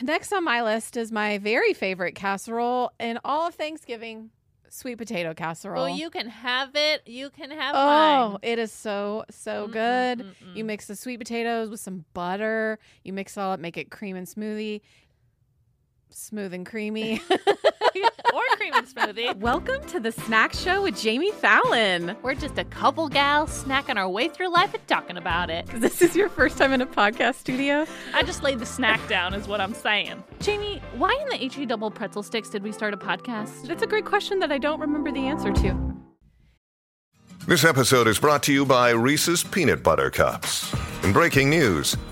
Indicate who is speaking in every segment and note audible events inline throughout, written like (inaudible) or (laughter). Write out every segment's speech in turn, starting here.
Speaker 1: next on my list is my very favorite casserole in all of Thanksgiving sweet potato casserole.
Speaker 2: Well, you can have it. You can have
Speaker 1: Oh,
Speaker 2: mine.
Speaker 1: it is so so
Speaker 2: Mm-mm,
Speaker 1: good.
Speaker 2: mm-mm.
Speaker 1: You mix the sweet potatoes with some butter. You mix it all up, make it cream and smoothie. Smooth and creamy.
Speaker 2: (laughs) or cream and smoothie.
Speaker 3: (laughs) Welcome to the Snack Show with Jamie Fallon.
Speaker 2: We're just a couple gals snacking our way through life and talking about it.
Speaker 3: This is your first time in a podcast studio.
Speaker 2: I just laid the snack down, is what I'm saying. Jamie, why in the HE double pretzel sticks did we start a podcast?
Speaker 3: That's a great question that I don't remember the answer to.
Speaker 4: This episode is brought to you by Reese's Peanut Butter Cups. In breaking news,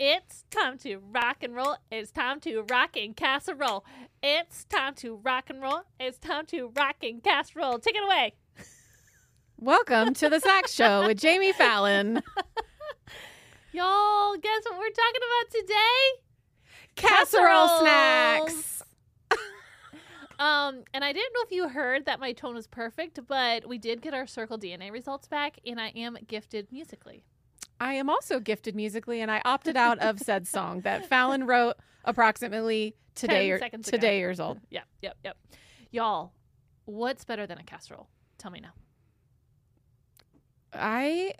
Speaker 2: It's time to rock and roll. It's time to rock and casserole. It's time to rock and roll. It's time to rock and casserole. Take it away.
Speaker 1: Welcome to the Snack Show with
Speaker 3: (laughs)
Speaker 1: Jamie Fallon.
Speaker 2: Y'all, guess what we're talking about today?
Speaker 1: Casserole
Speaker 2: Casseroles.
Speaker 1: snacks.
Speaker 2: Um, and I didn't know if you heard that my tone was perfect, but we did get our circle DNA results back, and I am gifted musically.
Speaker 1: I am also gifted musically, and I opted
Speaker 2: (laughs)
Speaker 1: out of said song that Fallon wrote approximately today
Speaker 2: 10
Speaker 1: or
Speaker 2: seconds ago.
Speaker 1: today years old.
Speaker 2: Yep, yep, yep. Y'all, what's better than a casserole? Tell me now.
Speaker 1: I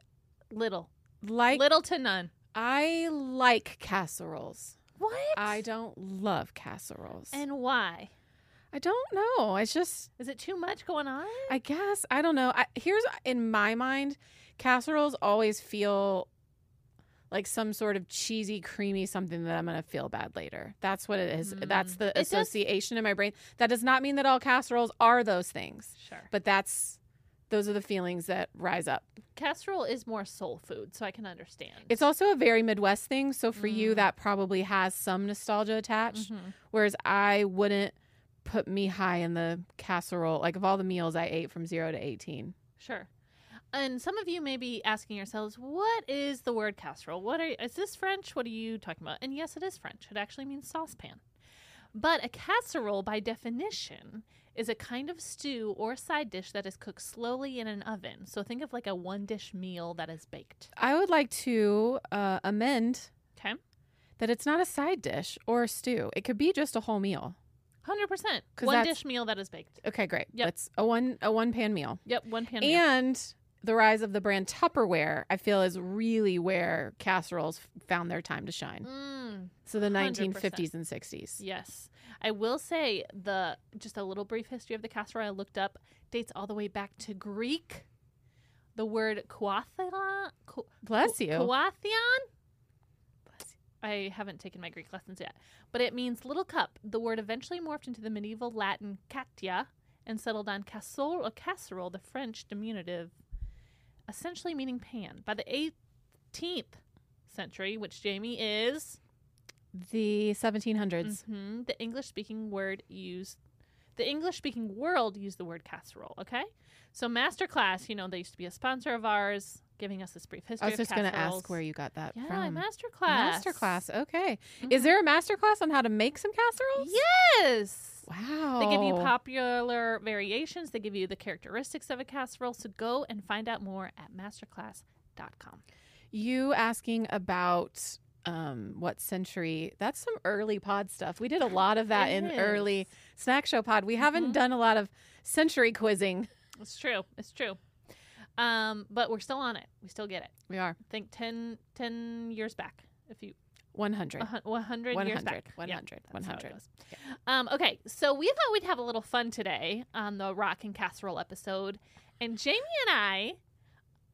Speaker 2: Little,
Speaker 1: like
Speaker 2: little to none.
Speaker 1: I like casseroles.
Speaker 2: What?
Speaker 1: I don't love casseroles.
Speaker 2: and why?
Speaker 1: I don't know. It's just
Speaker 2: Is it too much going on?
Speaker 1: I guess I don't know. I, here's in my mind, casseroles always feel like some sort of cheesy, creamy something that I'm gonna feel bad later. That's what it is. That's the
Speaker 2: Mm. does-
Speaker 1: association in my brain. That does not mean that all casseroles are those things,
Speaker 2: Sure.
Speaker 1: but that's those are the feelings that rise up.
Speaker 2: Casserole is more soul food, so I can understand.
Speaker 1: It's also a very Midwest thing, so for you
Speaker 2: Mm.
Speaker 1: that probably has some nostalgia attached.
Speaker 2: Mhm.
Speaker 1: Whereas I wouldn't put me high in the casserole like of all the meals I ate from zero to eighteen.
Speaker 2: Sure. And some of you may be asking yourselves, what is the word casserole? What are is this French? What are you talking about? And yes, it is French. It actually means saucepan. But a casserole by definition is a kind of stew or side dish that is cooked slowly in an oven. So think of like a one dish meal that is baked.
Speaker 1: I would like to uh, amend
Speaker 2: Okay?
Speaker 1: that it's not a side dish or a stew. It could be just a whole meal.
Speaker 2: 100%.
Speaker 1: 'Cause
Speaker 2: One
Speaker 1: that's-
Speaker 2: dish meal that is baked.
Speaker 1: Okay, great.
Speaker 2: Yep.
Speaker 1: That's a one a one pan meal.
Speaker 2: Yep, one pan meal.
Speaker 1: And the rise of the brand Tupperware, I feel, is really where casseroles f- found their time to shine.
Speaker 2: Mm.
Speaker 1: So the
Speaker 2: 100%.
Speaker 1: 1950s and 60s.
Speaker 2: Yes. I will say the just a little brief history of the casserole I looked up dates all the way back to Greek. The word koathion. ko-
Speaker 1: Bless you.
Speaker 2: Koathion? Bless you. I haven't taken my Greek lessons yet, but it means little cup. The word eventually morphed into the medieval Latin catia and settled on casserole or casserole, the French diminutive, essentially meaning pan. By the 18th century, which Jamie is
Speaker 1: the 1700s.
Speaker 2: hmm The English speaking word used the English speaking world used the word casserole, okay? So Masterclass, you know, they used to be a sponsor of ours, giving us this brief history.
Speaker 1: I was just
Speaker 2: going
Speaker 1: going
Speaker 2: to
Speaker 1: to ask where you got that
Speaker 2: Yeah,
Speaker 1: from.
Speaker 2: Masterclass.
Speaker 1: Masterclass. Okay.
Speaker 2: Mm-hmm.
Speaker 1: Is there a masterclass on how to make some casseroles?
Speaker 2: Yes.
Speaker 1: Wow.
Speaker 2: They give you popular variations, they give you the characteristics of a casserole, so go and find out more at masterclass.com.
Speaker 1: You asking about um, what century? That's some early pod stuff. We did a lot of that
Speaker 2: It
Speaker 1: in
Speaker 2: is.
Speaker 1: early snack show pod. We haven't
Speaker 2: Mhm.
Speaker 1: done a lot of century quizzing.
Speaker 2: It's true. It's true. Um, but we're still on it. We still get it.
Speaker 1: We are
Speaker 2: Think 10, 10 years back if you
Speaker 1: 100.
Speaker 2: A hun- 100,
Speaker 1: 100,
Speaker 2: years back.
Speaker 1: 100,
Speaker 2: that's how it
Speaker 1: 100.
Speaker 2: goes. Um, okay, so we thought we'd have a little fun today on the rock and casserole episode, and Jamie and I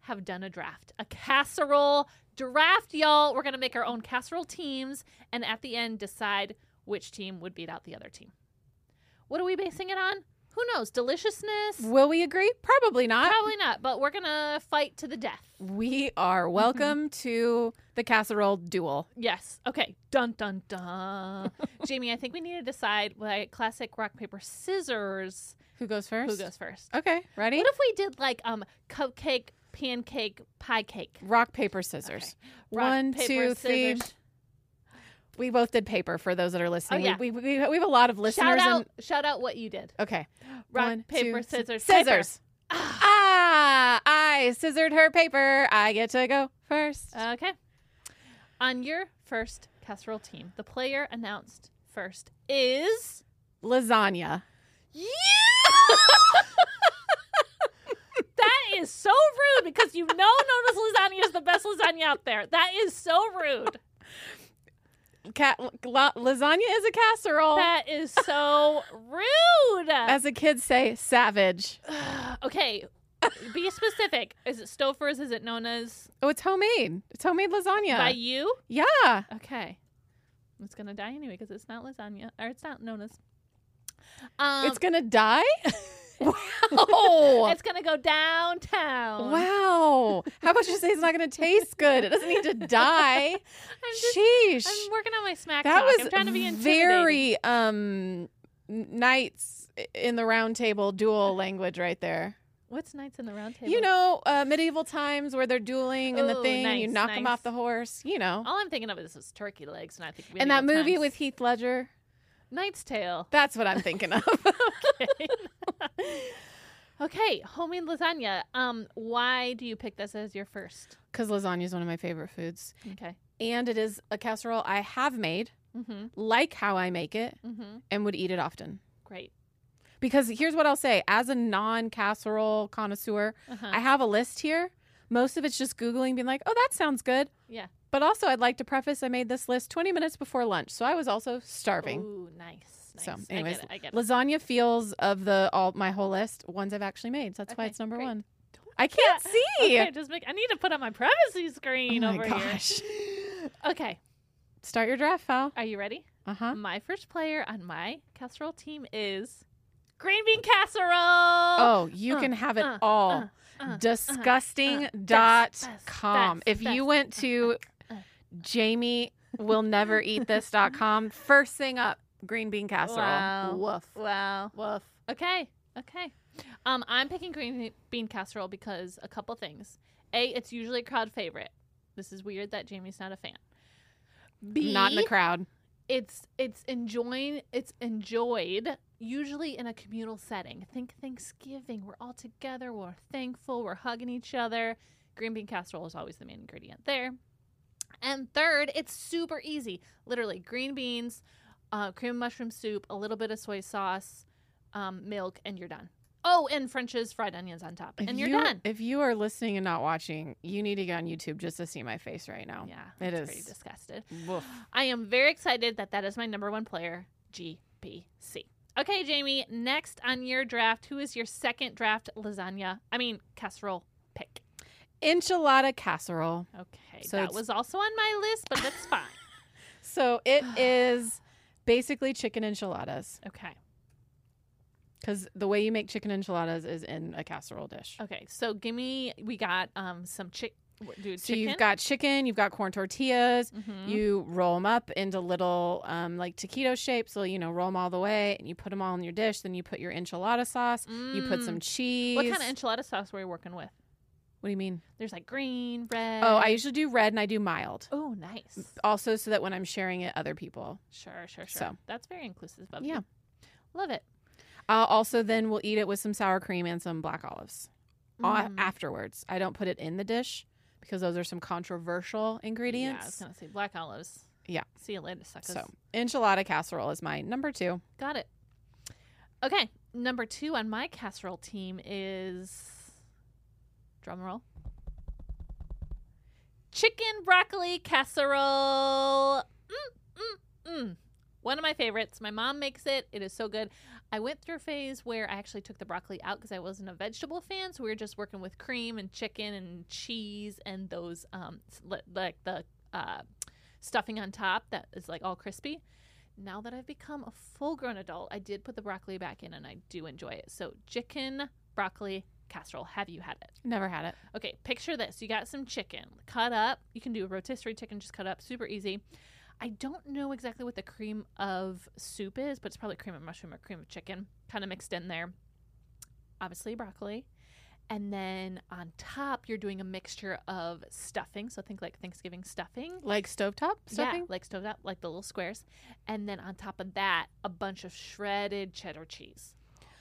Speaker 2: have done a draft, a casserole draft, y'all. We're gonna make our own casserole teams, and at the end decide which team would beat out the other team. What are we basing it on? Who knows? Deliciousness?
Speaker 1: Will we agree? Probably not.
Speaker 2: Probably not, but we're gonna fight to the death.
Speaker 1: We are
Speaker 2: Mm-hmm.
Speaker 1: welcome to the casserole duel.
Speaker 2: Yes. Okay. Dun dun
Speaker 1: (laughs)
Speaker 2: dun. Jamie, I think we need to decide what classic rock paper scissors
Speaker 1: Who goes first?
Speaker 2: Who goes first?
Speaker 1: Okay, ready?
Speaker 2: What if we did like um cupcake, pancake, pie cake?
Speaker 1: Rock, paper, scissors.
Speaker 2: Rock,
Speaker 1: One,
Speaker 2: paper,
Speaker 1: two, three.
Speaker 2: scissors. Oh,
Speaker 1: We both did paper for those that are listening.
Speaker 2: yeah.
Speaker 1: we, we, we, we have a lot of listeners.
Speaker 2: Shout out!
Speaker 1: and-
Speaker 2: Shout out what you did.
Speaker 1: okay.
Speaker 2: Rock,
Speaker 1: One,
Speaker 2: paper,
Speaker 1: two, sc-
Speaker 2: scissors.
Speaker 1: Scissors. Ah, I scissored her paper. I get to go first.
Speaker 2: Paper. Okay. On your first casserole team, the player announced first is
Speaker 1: Lasagna.
Speaker 2: you. (laughs) that is so rude because you know Nona's lasagna is the best lasagna out there. That is so rude.
Speaker 1: Ca- la- lasagna is a casserole.
Speaker 2: That is so rude.
Speaker 1: As the kids say, savage.
Speaker 2: (sighs) okay, be specific. Is it Stouffer's? Is it Nona's?
Speaker 1: Oh, it's homemade. It's homemade lasagna.
Speaker 2: By you?
Speaker 1: yeah.
Speaker 2: Okay. It's gonna die anyway because it's not lasagna or it's not Nona's. Um,
Speaker 1: it's gonna die.
Speaker 2: (laughs)
Speaker 1: wow.
Speaker 2: it's gonna go downtown.
Speaker 1: Oh, wow. How about you say it's not gonna taste good? It doesn't need
Speaker 2: (laughs)
Speaker 1: to die.
Speaker 2: I'm just,
Speaker 1: Sheesh.
Speaker 2: I'm working on my smack
Speaker 1: that
Speaker 2: talk.
Speaker 1: was
Speaker 2: I'm trying to be intimidating.
Speaker 1: very um knights in the round table duel language right there.
Speaker 2: What's knights in the round table?
Speaker 1: You know, uh, medieval times where they're dueling and the
Speaker 2: Ooh,
Speaker 1: thing, you
Speaker 2: nice,
Speaker 1: knock them
Speaker 2: nice.
Speaker 1: off the horse. You know,
Speaker 2: all I'm thinking of is this turkey legs, and I think
Speaker 1: and that
Speaker 2: medieval
Speaker 1: movie
Speaker 2: times.
Speaker 1: with Heath Ledger.
Speaker 2: Knight's
Speaker 1: (laughs)
Speaker 2: Tale.
Speaker 1: That's what I'm thinking
Speaker 2: (laughs)
Speaker 1: of.
Speaker 2: okay, homemade lasagna. Um, why do you pick this as your first?
Speaker 1: Because lasagna is one of my favorite foods,
Speaker 2: Okay.
Speaker 1: and it is a casserole I have made,
Speaker 2: Mm-hmm.
Speaker 1: like how I make it,
Speaker 2: Mm-hmm.
Speaker 1: and would eat it often.
Speaker 2: Great.
Speaker 1: Because here's what I'll say: as a non-casserole connoisseur,
Speaker 2: Uh-huh.
Speaker 1: I have a list here. Most of it's just Googling, being like, oh, that sounds good.
Speaker 2: Yeah.
Speaker 1: But also, I'd like to preface I made this list 20 minutes before lunch. So I was also starving.
Speaker 2: Ooh, nice. nice.
Speaker 1: So,
Speaker 2: I
Speaker 1: anyways,
Speaker 2: get it. I get it.
Speaker 1: Lasagna feels of the all my whole list ones I've actually made. So that's why
Speaker 2: Okay,
Speaker 1: it's number
Speaker 2: great.
Speaker 1: one. I can't see.
Speaker 2: (laughs) Okay, just make. I need to put on my privacy
Speaker 1: Oh
Speaker 2: screen
Speaker 1: my
Speaker 2: over
Speaker 1: gosh. (laughs)
Speaker 2: here. Okay,
Speaker 1: Start your draft, Fal.
Speaker 2: are you ready?
Speaker 1: Uh huh.
Speaker 2: My first player on my casserole team is green bean casserole.
Speaker 1: Oh, you
Speaker 2: uh,
Speaker 1: can have it
Speaker 2: uh,
Speaker 1: all.
Speaker 2: uh, uh,
Speaker 1: Disgusting dot
Speaker 2: best, best,
Speaker 1: com.
Speaker 2: best,
Speaker 1: if you
Speaker 2: best,
Speaker 1: went to
Speaker 2: uh, uh.
Speaker 1: Jamie will never eat this dot com, first thing up, green bean casserole.
Speaker 2: (laughs) Wow.
Speaker 1: Woof.
Speaker 2: wow.
Speaker 1: Woof.
Speaker 2: Okay, okay. Um, I'm picking green bean casserole because a couple things. A, it's usually a crowd favorite. This is weird that Jamie's not a fan. B,
Speaker 1: Not in the crowd.
Speaker 2: it's it's enjoying it's enjoyed usually in a communal setting think thanksgiving we're all together we're thankful we're hugging each other green bean casserole is always the main ingredient there and third it's super easy literally green beans uh, cream mushroom soup a little bit of soy sauce um, milk and you're done oh and french's fried onions on top and you're
Speaker 1: you,
Speaker 2: done
Speaker 1: If you are listening and not watching, you need to go on YouTube just to see my face right now.
Speaker 2: yeah
Speaker 1: it
Speaker 2: it's pretty
Speaker 1: is.
Speaker 2: disgusted
Speaker 1: Woof.
Speaker 2: I am very excited that that is my number one player, GPC. Okay, Jamie, next on your draft, who is your second draft lasagna? I mean, casserole pick.
Speaker 1: Enchilada casserole.
Speaker 2: Okay,
Speaker 1: So
Speaker 2: that
Speaker 1: it's-
Speaker 2: was also on my list, but that's fine. (laughs)
Speaker 1: So (sighs) it is basically chicken enchiladas
Speaker 2: Okay,
Speaker 1: because the way you make chicken enchiladas is in a casserole dish.
Speaker 2: okay, so give me, we got um some chick, what, dude,
Speaker 1: So you've got chicken, you've got corn tortillas.
Speaker 2: Mhm.
Speaker 1: You roll them up into little um, like taquito shapes. So you know, roll them all the way, and you put them all in your dish. Then you put your enchilada sauce. You put
Speaker 2: Mm.
Speaker 1: some cheese.
Speaker 2: What kind of enchilada sauce were you working with?
Speaker 1: What do you mean?
Speaker 2: There's like green, red.
Speaker 1: Oh, I usually do red and I do mild.
Speaker 2: Oh, nice.
Speaker 1: also so that when I'm sharing it, other people.
Speaker 2: Sure, sure, sure.
Speaker 1: So.
Speaker 2: That's very inclusive of
Speaker 1: Yeah.
Speaker 2: you. Love it.
Speaker 1: Uh, also, then we'll eat it with some sour cream and some black olives A-
Speaker 2: Mm.
Speaker 1: afterwards. I don't put it in the dish because those are some controversial
Speaker 2: Yeah, I was
Speaker 1: ingredients.
Speaker 2: gonna say black olives.
Speaker 1: Yeah.
Speaker 2: See you later, suckers.
Speaker 1: so, enchilada casserole is my number two.
Speaker 2: Got it. Okay, number two on my casserole team is drum roll. Chicken broccoli casserole. Mm, mm, mm. One of my favorites. My mom makes it. It is so good. I went through a phase where I actually took the broccoli out because I wasn't a vegetable fan. So we were just working with cream and chicken and cheese and those, um, s- li- like the uh, stuffing on top that is like all crispy now that I've become a full grown adult, I did put the broccoli back in and I do enjoy it. So, chicken broccoli casserole. Have you had it?
Speaker 1: Never had it.
Speaker 2: Okay, picture this. You got some chicken cut up. You can do a rotisserie chicken, just cut up, super easy. I don't know exactly what the cream of soup is, but it's probably cream of mushroom or cream of chicken, kind of mixed in there. obviously broccoli. And then on top, you're doing a mixture of stuffing. So think like Thanksgiving stuffing.
Speaker 1: Like stovetop stuffing?
Speaker 2: Yeah, like stovetop, like the little squares. And then on top of that, a bunch of shredded cheddar cheese.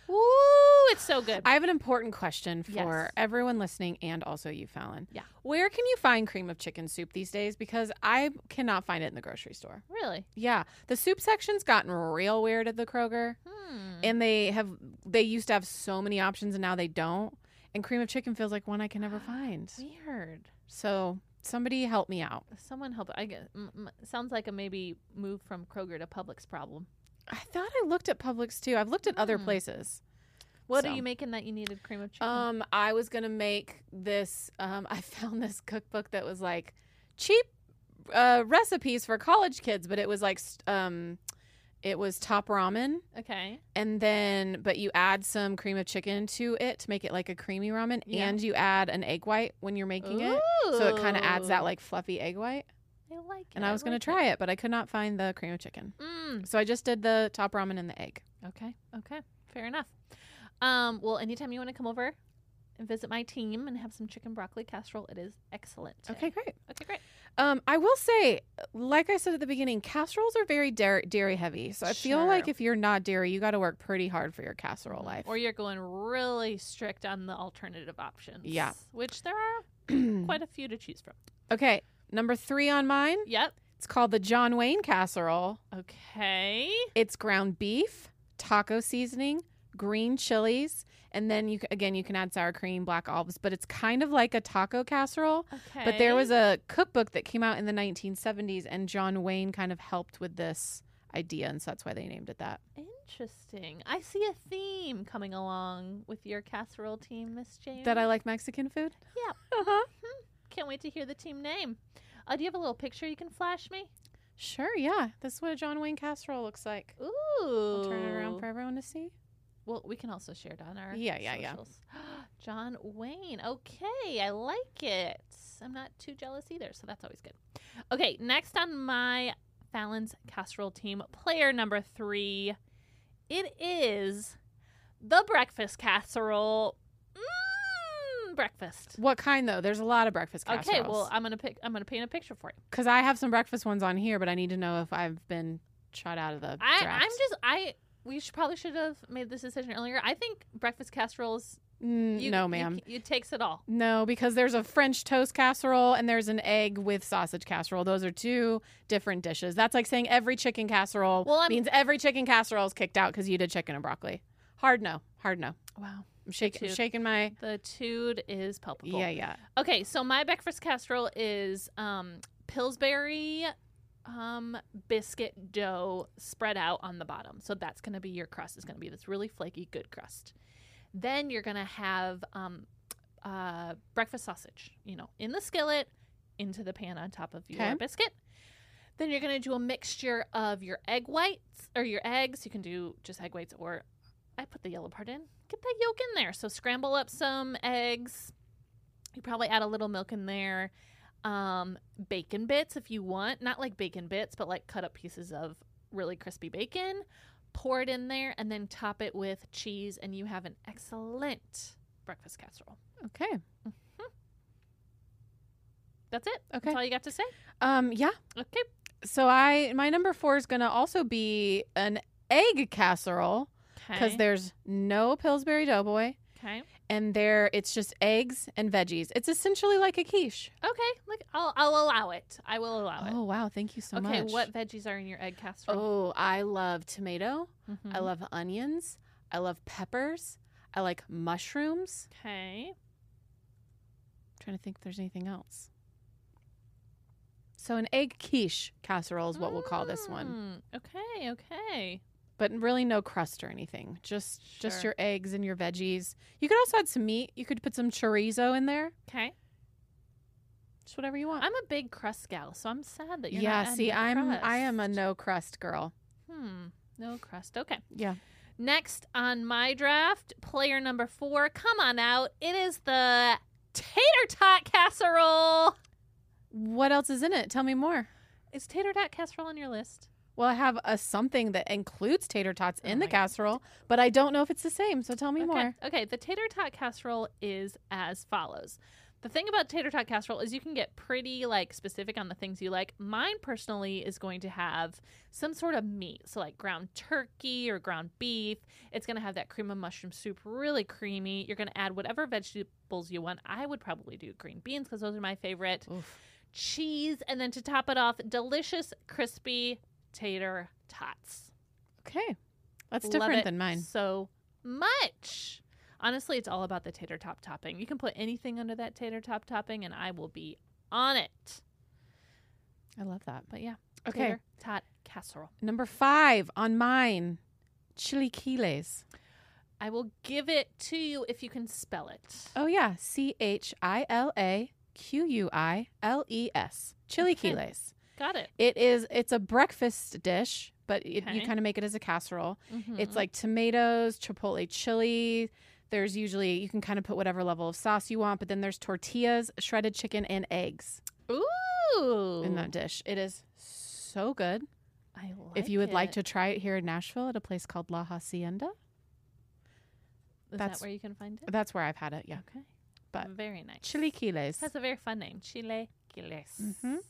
Speaker 2: Ooh, it's so good.
Speaker 1: I have an important question for
Speaker 2: Yes.
Speaker 1: everyone listening and also you, Fallon.
Speaker 2: Yeah.
Speaker 1: Where can you find cream of chicken soup these days? Because I cannot find it in the grocery store.
Speaker 2: really?
Speaker 1: Yeah. The soup section's gotten real weird at the Kroger.
Speaker 2: Hmm.
Speaker 1: And they have they used to have so many options and now they don't. And cream of chicken feels like one I can (gasps) never find.
Speaker 2: Weird.
Speaker 1: So somebody help me out.
Speaker 2: Someone help. I get, m- m- sounds like a maybe move from Kroger to Publix problem.
Speaker 1: I thought I looked at Publix too. I've looked at other
Speaker 2: Hmm.
Speaker 1: places.
Speaker 2: What
Speaker 1: So.
Speaker 2: are you making that you needed cream of chicken?
Speaker 1: Um, I was gonna make this. Um, (laughs) I found this cookbook that was like cheap uh, recipes for college kids, but it was like st- um, it was top ramen,
Speaker 2: okay.
Speaker 1: and then but you add some cream of chicken to it to make it like a creamy ramen,
Speaker 2: Yeah.
Speaker 1: and you add an egg white when you're making it, so it kind of adds that
Speaker 2: Ooh.
Speaker 1: like fluffy egg white.
Speaker 2: I like it.
Speaker 1: And I was gonna
Speaker 2: like
Speaker 1: try it, but I could not find the cream of chicken,
Speaker 2: Mm.
Speaker 1: so I just did the top ramen and the egg.
Speaker 2: Okay. Okay. Fair enough. Um, well, anytime you want to come over and visit my team and have some chicken broccoli casserole, it is excellent.
Speaker 1: Okay, great.
Speaker 2: Okay, great.
Speaker 1: Um, I will say, like I said at the beginning, casseroles are very dairy, dairy heavy. So I feel
Speaker 2: Sure. Mm-hmm.
Speaker 1: like if you're not dairy, you got to work pretty hard for your casserole life.
Speaker 2: Or you're going really strict on the alternative options.
Speaker 1: Yeah.
Speaker 2: Which there are
Speaker 1: (clears throat)
Speaker 2: quite a few to choose from.
Speaker 1: okay, number three on mine.
Speaker 2: Yep.
Speaker 1: It's called the John Wayne casserole.
Speaker 2: Okay.
Speaker 1: It's ground beef, taco seasoning, green chilies, and then you c- again you can add sour cream, black olives. But it's kind of like a taco casserole.
Speaker 2: Okay.
Speaker 1: But there was a cookbook that came out in the 1970s, and John Wayne kind of helped with this idea, and so that's why they named it that.
Speaker 2: Interesting. I see a theme coming along with your casserole team, Miss Jane. Hmm.
Speaker 1: That I like Uh-huh. Mexican food. (laughs)
Speaker 2: Can't wait to hear the team name. Uh, do you have a little picture you can flash me?
Speaker 1: Sure, yeah. That's what a John Wayne casserole looks like.
Speaker 2: Ooh.
Speaker 1: I'll turn it around for everyone to see.
Speaker 2: Well, we can also share it on our
Speaker 1: Yeah, yeah, yeah.
Speaker 2: socials. (gasps) John Wayne. Okay, I like it. I'm not too jealous either, so that's always good. Okay, next on my Fallon's casserole team, player number three, it is the breakfast casserole. Mm, breakfast.
Speaker 1: What kind though? There's a lot of breakfast casseroles.
Speaker 2: Okay, well, I'm gonna pick. I'm gonna paint a picture for you.
Speaker 1: because I have some breakfast ones on here, but I need to know if I've been shot out of the
Speaker 2: I,
Speaker 1: draft.
Speaker 2: I'm just. I. We should probably should have made this decision earlier. I think breakfast casseroles.
Speaker 1: Mm,
Speaker 2: You,
Speaker 1: no,
Speaker 2: you-
Speaker 1: ma'am.
Speaker 2: It takes it all.
Speaker 1: no, because there's a French toast casserole and there's an egg with sausage casserole. Those are two different dishes. That's like saying every chicken casserole
Speaker 2: Well, I'm-
Speaker 1: means every chicken casserole is kicked out because you did chicken and broccoli. Hard no, hard no.
Speaker 2: Wow.
Speaker 1: I'm shaking,
Speaker 2: too.
Speaker 1: shaking my.
Speaker 2: The tood is palpable.
Speaker 1: Yeah, yeah.
Speaker 2: Okay, so my breakfast casserole is um, Pillsbury um, biscuit dough spread out on the bottom. So that's going to be your crust. It's going to be this really flaky, good crust. Then you're going to have um, uh, breakfast sausage, you know, in the skillet, into the pan on top of your
Speaker 1: Okay.
Speaker 2: biscuit. Then you're going to do a mixture of your egg whites or your eggs. You can do just egg whites or I put the yellow part in. Get that yolk in there. So scramble up some eggs. You probably add a little milk in there. Um, bacon bits if you want. Not like bacon bits, but like cut up pieces of really crispy bacon. Pour it in there and then top it with cheese, and you have an excellent breakfast casserole.
Speaker 1: Okay,
Speaker 2: That's it.
Speaker 1: okay.
Speaker 2: That's all you got to say.
Speaker 1: Um, yeah.
Speaker 2: Okay.
Speaker 1: So I my number four is gonna also be an egg casserole because
Speaker 2: Okay.
Speaker 1: there's no Pillsbury Doughboy
Speaker 2: Okay.
Speaker 1: and there it's just eggs and veggies. It's essentially like a quiche.
Speaker 2: Okay. Look, I'll I'll allow it. I will allow it.
Speaker 1: Oh wow! Thank you so much.
Speaker 2: okay. What veggies are in your egg casserole?
Speaker 1: Oh, I love tomato.
Speaker 2: Mhm.
Speaker 1: I love onions. I love peppers. I like mushrooms.
Speaker 2: Okay.
Speaker 1: I'm trying to think if there's anything else. So an egg quiche casserole is what we'll call this one,
Speaker 2: Mm, Okay, okay.
Speaker 1: but really no crust or anything. Just just
Speaker 2: Sure.
Speaker 1: your eggs and your veggies. You could also add some meat. You could put some chorizo in there.
Speaker 2: Okay.
Speaker 1: Just whatever you want.
Speaker 2: I'm a big crust gal, so I'm sad that you're
Speaker 1: yeah,
Speaker 2: not adding
Speaker 1: see,
Speaker 2: the
Speaker 1: I'm
Speaker 2: crust.
Speaker 1: I am a no crust girl.
Speaker 2: Hmm. No crust. Okay.
Speaker 1: Yeah.
Speaker 2: Next on my draft, player number four, come on out. It is the tater tot casserole.
Speaker 1: What else is in it? Tell me more.
Speaker 2: Is tater tot casserole on your list?
Speaker 1: Well, I have a something that includes tater tots
Speaker 2: Oh
Speaker 1: in the
Speaker 2: my God.
Speaker 1: casserole, but I don't know if it's the same. So tell me
Speaker 2: okay.
Speaker 1: more.
Speaker 2: Okay, the tater tot casserole is as follows. The thing about tater tot casserole is you can get pretty like specific on the things you like. Mine personally is going to have some sort of meat, so like ground turkey or ground beef. It's going to have that cream of mushroom soup, really creamy. You're going to add whatever vegetables you want. I would probably do green beans because those are my favorite.
Speaker 1: Oof.
Speaker 2: Cheese, and then to top it off, delicious crispy tater tots.
Speaker 1: Okay. That's
Speaker 2: Love
Speaker 1: different
Speaker 2: it
Speaker 1: than mine.
Speaker 2: So much. Honestly, it's all about the tater top topping. You can put anything under that tater top topping, and I will be on it.
Speaker 1: I love that.
Speaker 2: But yeah,
Speaker 1: Okay.
Speaker 2: tater tot casserole.
Speaker 1: Number five on mine, chilaquiles.
Speaker 2: I will give it to you if you can spell it.
Speaker 1: Oh yeah, C H I L A Q U I L E S. Chilaquiles.
Speaker 2: Got it.
Speaker 1: It is. It's a breakfast dish, but it, you
Speaker 2: Okay.
Speaker 1: kind of make it as a casserole. It's
Speaker 2: Mhm.
Speaker 1: like tomatoes, chipotle chili. There's usually you can kind of put whatever level of sauce you want, but then there's tortillas, shredded chicken, and eggs
Speaker 2: ooh.
Speaker 1: in that dish. It is so good.
Speaker 2: I like
Speaker 1: if you would like
Speaker 2: it.
Speaker 1: to try it here in Nashville at a place called La Hacienda,
Speaker 2: is
Speaker 1: that's-
Speaker 2: that where you can find it?
Speaker 1: that's where I've had it. Yeah,
Speaker 2: Okay,
Speaker 1: but-
Speaker 2: very nice.
Speaker 1: chilaquiles.
Speaker 2: That's a very fun name, Chile Quiles.
Speaker 1: Mhm.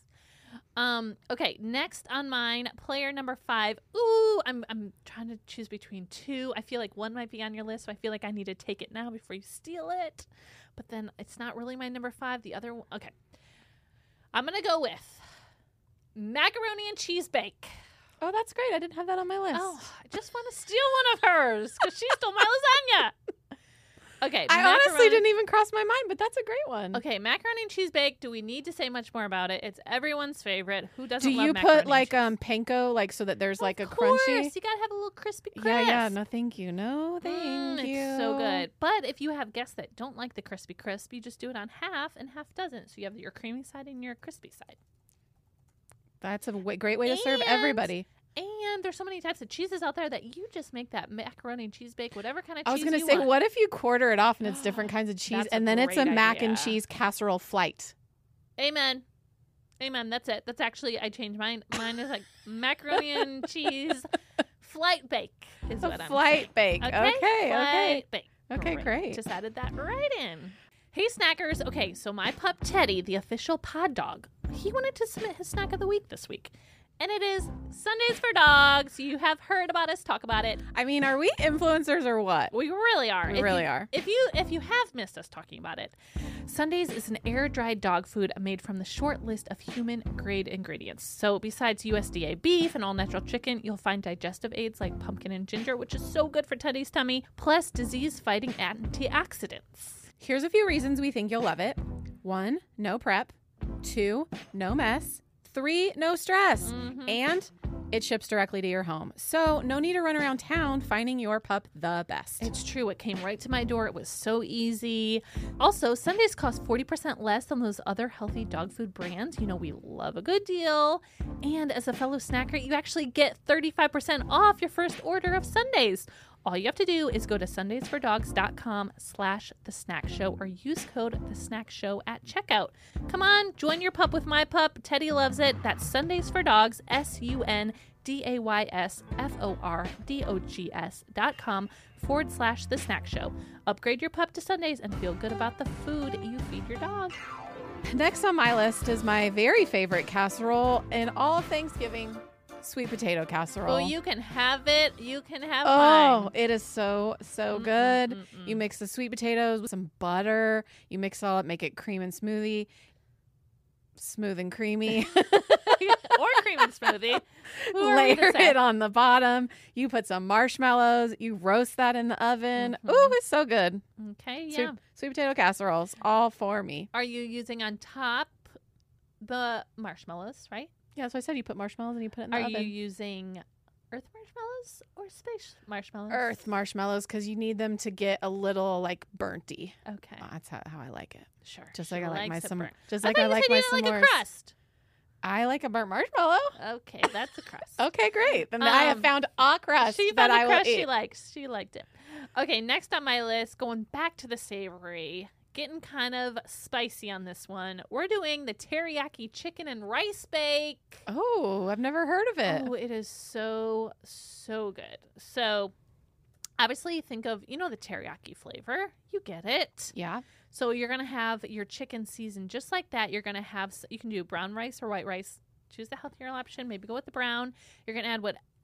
Speaker 2: Um, okay, next on mine, player number five. Ooh, I'm I'm trying to choose between two. I feel like one might be on your list, so I feel like I need to take it now before you steal it. But then it's not really my number five. The other one, okay. I'm gonna go with macaroni and cheese bake.
Speaker 1: Oh, that's great. I didn't have that on my list.
Speaker 2: Oh, I just want to steal one of hers because she stole
Speaker 1: (laughs)
Speaker 2: my lasagna. Okay,
Speaker 1: I honestly
Speaker 2: macaroni-
Speaker 1: didn't even cross my mind, but that's a great one.
Speaker 2: Okay, macaroni and cheese bake. Do we need to say much more about it? It's everyone's favorite. Who doesn't?
Speaker 1: Do
Speaker 2: love
Speaker 1: you
Speaker 2: macaroni
Speaker 1: put
Speaker 2: and
Speaker 1: like
Speaker 2: cheese?
Speaker 1: um panko like so that there's like a
Speaker 2: of course,
Speaker 1: crunchy?
Speaker 2: You gotta have a little crispy crisp.
Speaker 1: Yeah, yeah. No, thank you. No, thank
Speaker 2: Mm,
Speaker 1: you.
Speaker 2: It's so good. But if you have guests that don't like the crispy crisp, you just do it on half and half doesn't. So you have your creamy side and your crispy side.
Speaker 1: That's a w- great way to serve
Speaker 2: And-
Speaker 1: everybody.
Speaker 2: And there's so many types of cheeses out there that you just make that macaroni and cheese bake, whatever kind of cheese.
Speaker 1: I was gonna
Speaker 2: you
Speaker 1: say,
Speaker 2: want.
Speaker 1: what if you quarter it off and it's
Speaker 2: (gasps)
Speaker 1: different kinds of cheese,
Speaker 2: That's a
Speaker 1: and then it's a
Speaker 2: great
Speaker 1: mac and
Speaker 2: idea.
Speaker 1: cheese casserole flight?
Speaker 2: Amen. Amen. That's it. That's actually I changed mine.
Speaker 1: (laughs)
Speaker 2: Mine is like macaroni and cheese flight bake is what
Speaker 1: a
Speaker 2: I'm
Speaker 1: flight
Speaker 2: saying.
Speaker 1: bake. Okay, okay, okay.
Speaker 2: flight bake.
Speaker 1: Okay, great.
Speaker 2: Just added that right in. Hey, snackers. Okay, so my pup Teddy, the official pod dog, he wanted to submit his snack of the week this week. And it is Sundays for Dogs. You have heard about us talk about it.
Speaker 1: I mean, are we influencers or what?
Speaker 2: We really are.
Speaker 1: We
Speaker 2: If you-
Speaker 1: really are.
Speaker 2: If you if you have missed us talking about it, Sundays is an air dried dog food made from the short list of human grade ingredients. So besides USDA beef and all natural chicken, you'll find digestive aids like pumpkin and ginger, which is so good for Teddy's tummy, plus disease fighting antioxidants.
Speaker 1: Here's a few reasons we think you'll love it. One, no prep. Two, no mess. Three, no stress.
Speaker 2: Mm-hmm.
Speaker 1: And it ships directly to your home. So, no need to run around town finding your pup the best.
Speaker 2: It's true. It came right to my door. It was so easy. Also, Sundays cost 40% less than those other healthy dog food brands. You know, we love a good deal. And as a fellow snacker, you actually get 35% off your first order of Sundays. All you have to do is go to sundaysfordogs.com slash the snack show or use code the snack show at checkout. Come on, join your pup with my pup. Teddy loves it. That's Sundays for Dogs, S U N D A Y S F O R D O G S dot com forward slash the snack show. Upgrade your pup to Sundays and feel good about the food you feed your dog.
Speaker 1: Next on my list is my very favorite casserole in all of Thanksgiving sweet potato casserole.
Speaker 2: Well, you can have it. You can have
Speaker 1: Oh,
Speaker 2: mine.
Speaker 1: (laughs)
Speaker 2: (laughs)
Speaker 1: it is so so
Speaker 2: Mm,
Speaker 1: good.
Speaker 2: mm, mm,
Speaker 1: You
Speaker 2: mm.
Speaker 1: mix the sweet potatoes with some butter. You mix it all up, make it cream and smoothie. Smooth and creamy. (laughs)
Speaker 2: or cream and smoothie. Who are we to
Speaker 1: layer
Speaker 2: say?
Speaker 1: it on the bottom. You put some marshmallows. You roast that in the oven.
Speaker 2: Mhm.
Speaker 1: Ooh, it's so good.
Speaker 2: Okay, yeah.
Speaker 1: Sweet, sweet potato casseroles, all for me.
Speaker 2: Are you using on top the marshmallows, right?
Speaker 1: Yeah, so I said you put marshmallows and you put it in the
Speaker 2: Are you
Speaker 1: oven.
Speaker 2: using earth marshmallows or space marshmallows?
Speaker 1: Earth marshmallows because you need them to get a little like burnty.
Speaker 2: Okay,
Speaker 1: Oh, that's how, how I like it.
Speaker 2: sure.
Speaker 1: Just
Speaker 2: She
Speaker 1: like I like my
Speaker 2: likes it
Speaker 1: summer.
Speaker 2: burnt.
Speaker 1: Just
Speaker 2: I
Speaker 1: like
Speaker 2: thought
Speaker 1: I
Speaker 2: you
Speaker 1: like
Speaker 2: said
Speaker 1: my
Speaker 2: you didn't
Speaker 1: s'mores.
Speaker 2: like a crust.
Speaker 1: I like a burnt marshmallow.
Speaker 2: Okay, that's
Speaker 1: (laughs)
Speaker 2: a crust.
Speaker 1: Okay, great. Then I have
Speaker 2: Um,
Speaker 1: found a crust
Speaker 2: she
Speaker 1: that
Speaker 2: found a
Speaker 1: I will
Speaker 2: crust
Speaker 1: eat.
Speaker 2: she likes. She liked it. Okay, next on my list, going back to the savory Getting kind of spicy on this one. We're doing the teriyaki chicken and rice bake.
Speaker 1: Oh, I've never heard of it.
Speaker 2: Oh, it is so so good. So obviously think of you know the teriyaki flavor. You get it.
Speaker 1: Yeah.
Speaker 2: So you're gonna have your chicken seasoned just like that. You're gonna have s- you can do brown rice or white rice. Choose the healthier option. Maybe go with the brown. You're gonna add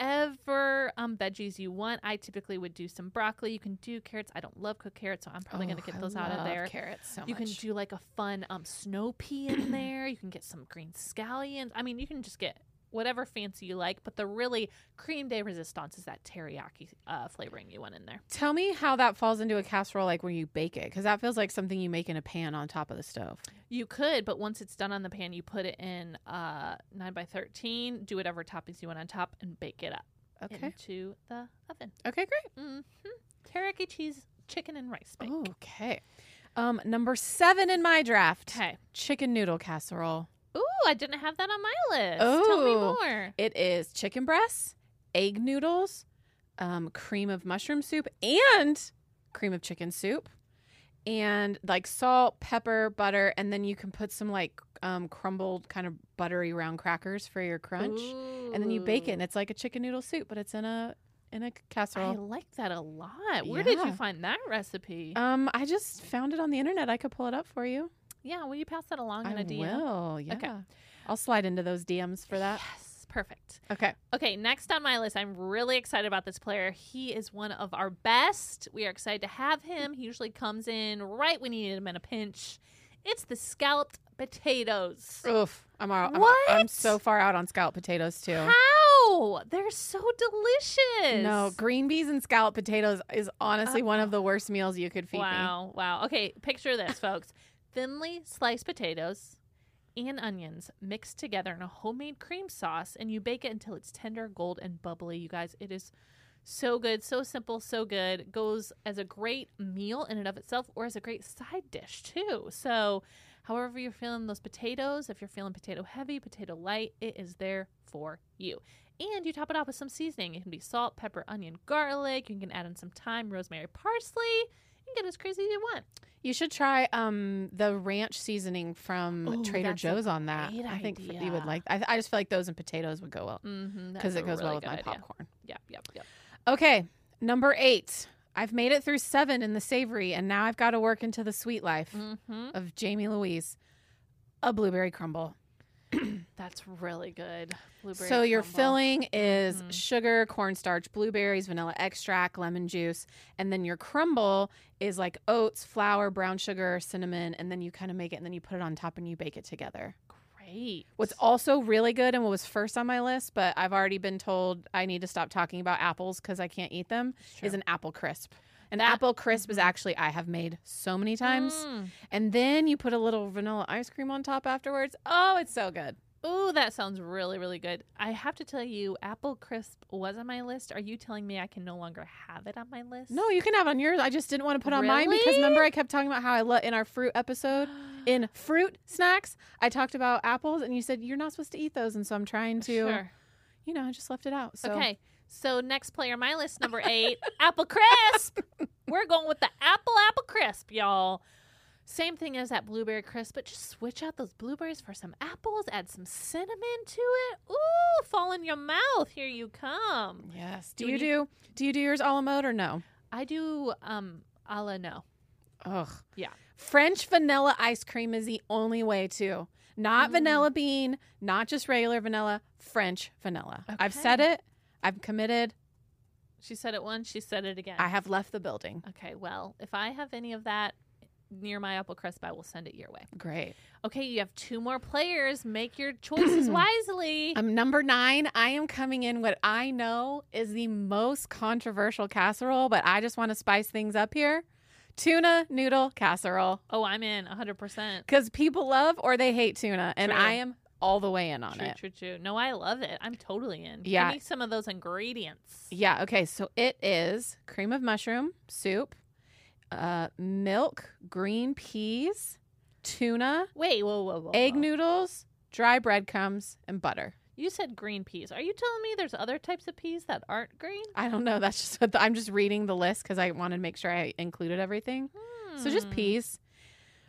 Speaker 2: whatever um, veggies you want. I typically would do some broccoli. You can do carrots. I don't love cooked carrots, so I'm probably gonna
Speaker 1: Oh,
Speaker 2: get
Speaker 1: I
Speaker 2: those out of
Speaker 1: love
Speaker 2: there.
Speaker 1: Carrots so
Speaker 2: you
Speaker 1: much.
Speaker 2: can do like a fun um, snow
Speaker 1: (clears throat)
Speaker 2: pea in there. You can get some green scallions. I mean, you can just get whatever fancy you like. But the really cream de resistance is that teriyaki uh, flavoring you want in there.
Speaker 1: Tell me how that falls into a casserole, like when you bake it, because that feels like something you make in a pan on top of the stove.
Speaker 2: You could, but once it's done on the pan, you put it in uh, 9 by 13 do whatever toppings you want on top, and bake it up
Speaker 1: Okay.
Speaker 2: into the oven.
Speaker 1: Okay, great.
Speaker 2: hmm Teriyaki cheese, chicken, and rice bake.
Speaker 1: Oh. Okay. Um, number seven in my draft:
Speaker 2: Okay.
Speaker 1: chicken noodle casserole.
Speaker 2: Ooh, I didn't have that on my list. Tell me
Speaker 1: Ooh.
Speaker 2: more.
Speaker 1: It is chicken breasts, egg noodles, um, cream of mushroom soup, and cream of chicken soup, and like salt, pepper, butter, and then you can put some like um, crumbled kind of buttery round crackers for your crunch, and then you bake it,
Speaker 2: Ooh.
Speaker 1: and it's like a chicken noodle soup, but it's in a in a
Speaker 2: I
Speaker 1: casserole.
Speaker 2: like that a lot. Where did you
Speaker 1: Yeah.
Speaker 2: find that recipe?
Speaker 1: um, I just found it on the internet. I could pull it up for you.
Speaker 2: yeah, will you pass that along in
Speaker 1: I
Speaker 2: a DM?
Speaker 1: will. Yeah.
Speaker 2: Okay.
Speaker 1: I'll slide into those DMs for that.
Speaker 2: Yes, perfect.
Speaker 1: Okay.
Speaker 2: Okay, next on my list, I'm really excited about this player. He is one of our best. We are excited to have him. He usually comes in right when you need him in a pinch. It's the scalloped potatoes.
Speaker 1: Oof. I'm all, I'm, I'm
Speaker 2: What?
Speaker 1: so far out on scalloped potatoes too.
Speaker 2: How? They're so delicious.
Speaker 1: No, green beans and scalloped potatoes is honestly one of the worst meals you could feed
Speaker 2: wow, wow. Okay, picture this, folks. Thinly sliced potatoes and onions mixed together in a homemade cream sauce, and you bake it until it's tender, gold, and bubbly. You guys, it is so good, so simple, so good. Goes as a great meal in and of itself, or as a great side dish too. So, however you're feeling those potatoes, if you're feeling potato heavy, potato light, it is there for you. And you top it off with some seasoning. It can be salt, pepper, onion, garlic. You can add in some thyme, rosemary, parsley. You can get as crazy as you want.
Speaker 1: me. You should try um the ranch seasoning from
Speaker 2: Ooh,
Speaker 1: Trader
Speaker 2: that's a
Speaker 1: Joe's on that.
Speaker 2: great
Speaker 1: I think f- you
Speaker 2: idea.
Speaker 1: would like. I, I just feel like those and potatoes would go well
Speaker 2: Mm-hmm,
Speaker 1: because it goes well with my popcorn.
Speaker 2: Yep, yep, yep.
Speaker 1: Okay, number eight. I've made it through seven in the savory, and now I've got to work into the sweet life
Speaker 2: Mm-hmm.
Speaker 1: of Jamie Louise. A blueberry crumble.
Speaker 2: That's really good. Blueberry
Speaker 1: so your
Speaker 2: crumble.
Speaker 1: filling is
Speaker 2: Mhm.
Speaker 1: sugar, cornstarch, blueberries, vanilla extract, lemon juice, and then your crumble is like oats, flour, brown sugar, cinnamon, and then you kind of make it and then you put it on top and you bake it together.
Speaker 2: Great.
Speaker 1: What's also really good and what was first on my list, but I've already been told I need to stop talking about apples because I can't eat them, is an apple crisp. An
Speaker 2: That-
Speaker 1: apple crisp is
Speaker 2: Mhm.
Speaker 1: actually I have made so many times,
Speaker 2: Mm.
Speaker 1: and then you put a little vanilla ice cream on top afterwards. Oh, it's so good.
Speaker 2: Mm. Ooh, that sounds really, really good. I have to tell you, apple crisp was on my list. Are you telling me I can no longer have it on my list? (gasps)
Speaker 1: No, you can have it on yours. I just didn't want to put on mine because
Speaker 2: Really?
Speaker 1: remember I kept talking about how I love in our fruit (gasps) episode in fruit snacks. I talked about apples and you said you're not supposed to eat those, and so I'm trying to,
Speaker 2: Sure.
Speaker 1: you know, I just left it out. So
Speaker 2: Okay. So next player, on my list number eight,
Speaker 1: (laughs)
Speaker 2: apple crisp. We're going with the apple apple crisp, y'all. Same thing as that blueberry crisp, but just switch out those blueberries for some apples. Add some cinnamon to it. Ooh, fall in your mouth. Here you come.
Speaker 1: yes. Do,
Speaker 2: Do we
Speaker 1: you
Speaker 2: need-
Speaker 1: do do you do yours a la mode or no?
Speaker 2: I do um a la no.
Speaker 1: Ugh.
Speaker 2: Yeah.
Speaker 1: French vanilla ice cream is the only way to.
Speaker 2: Mm.
Speaker 1: Not vanilla bean, not just regular vanilla, French vanilla. I've said
Speaker 2: Okay.
Speaker 1: it. I've committed.
Speaker 2: She said it once. She said it again.
Speaker 1: I have left the building.
Speaker 2: okay. Well, if I have any of that near my apple crisp, I will send it your way.
Speaker 1: Great.
Speaker 2: Okay, you have two more players. Make your
Speaker 1: (clears throat)
Speaker 2: choices wisely.
Speaker 1: I'm number nine. I am coming in what I know is the most controversial casserole, but I just want to spice things up here. Tuna noodle casserole.
Speaker 2: oh, I'm in 100%.
Speaker 1: Because people love or they hate tuna, and
Speaker 2: True.
Speaker 1: I am all the way in on
Speaker 2: true,
Speaker 1: it.
Speaker 2: True, true. No, I love it. I'm totally in.
Speaker 1: Yeah.
Speaker 2: Give me some of those ingredients.
Speaker 1: Yeah, okay. So it is cream of mushroom soup, uh, milk, green peas, tuna,
Speaker 2: Wait, whoa, whoa, whoa.
Speaker 1: egg
Speaker 2: whoa.
Speaker 1: noodles, dry breadcrumbs, and butter.
Speaker 2: You said green peas. Are you telling me there's other types of peas that aren't green?
Speaker 1: I don't know. That's just what the, I'm just reading the list because I wanted to make sure I included everything. So just
Speaker 2: Hmm.
Speaker 1: peas,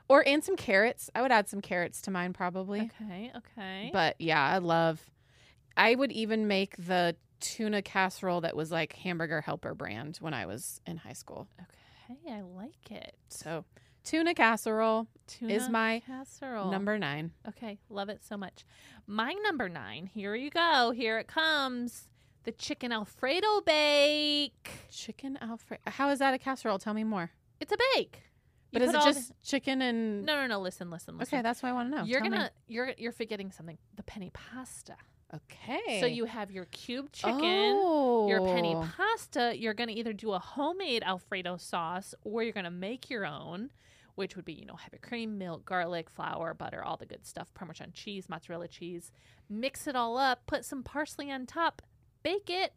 Speaker 1: Or and some carrots. I would add some carrots to mine probably.
Speaker 2: Okay, okay.
Speaker 1: But yeah, I love. I would even make the tuna casserole that was like Hamburger Helper brand when I was in high school.
Speaker 2: okay, I like it.
Speaker 1: So tuna casserole,
Speaker 2: Tuna
Speaker 1: my
Speaker 2: casserole
Speaker 1: number nine.
Speaker 2: Okay, love it so much. My number nine. Here you go. Here it comes. The chicken Alfredo bake.
Speaker 1: Chicken Alfredo. How is that a casserole? Tell me more.
Speaker 2: It's a bake. You
Speaker 1: but is
Speaker 2: put
Speaker 1: it
Speaker 2: all the-
Speaker 1: just chicken and?
Speaker 2: no, no, no. Listen, listen, listen.
Speaker 1: okay, that's what I want to know.
Speaker 2: you're
Speaker 1: Oh, Tell me.
Speaker 2: gonna you're you're forgetting something. The penny pasta.
Speaker 1: Okay.
Speaker 2: So you have your cubed chicken.
Speaker 1: oh.
Speaker 2: Your penny pasta, you're going to either do a homemade Alfredo sauce or you're going to make your own, which would be, you know, heavy cream, milk, garlic, flour, butter, all the good stuff, Parmesan cheese, mozzarella cheese. Mix it all up, put some parsley on top, bake it.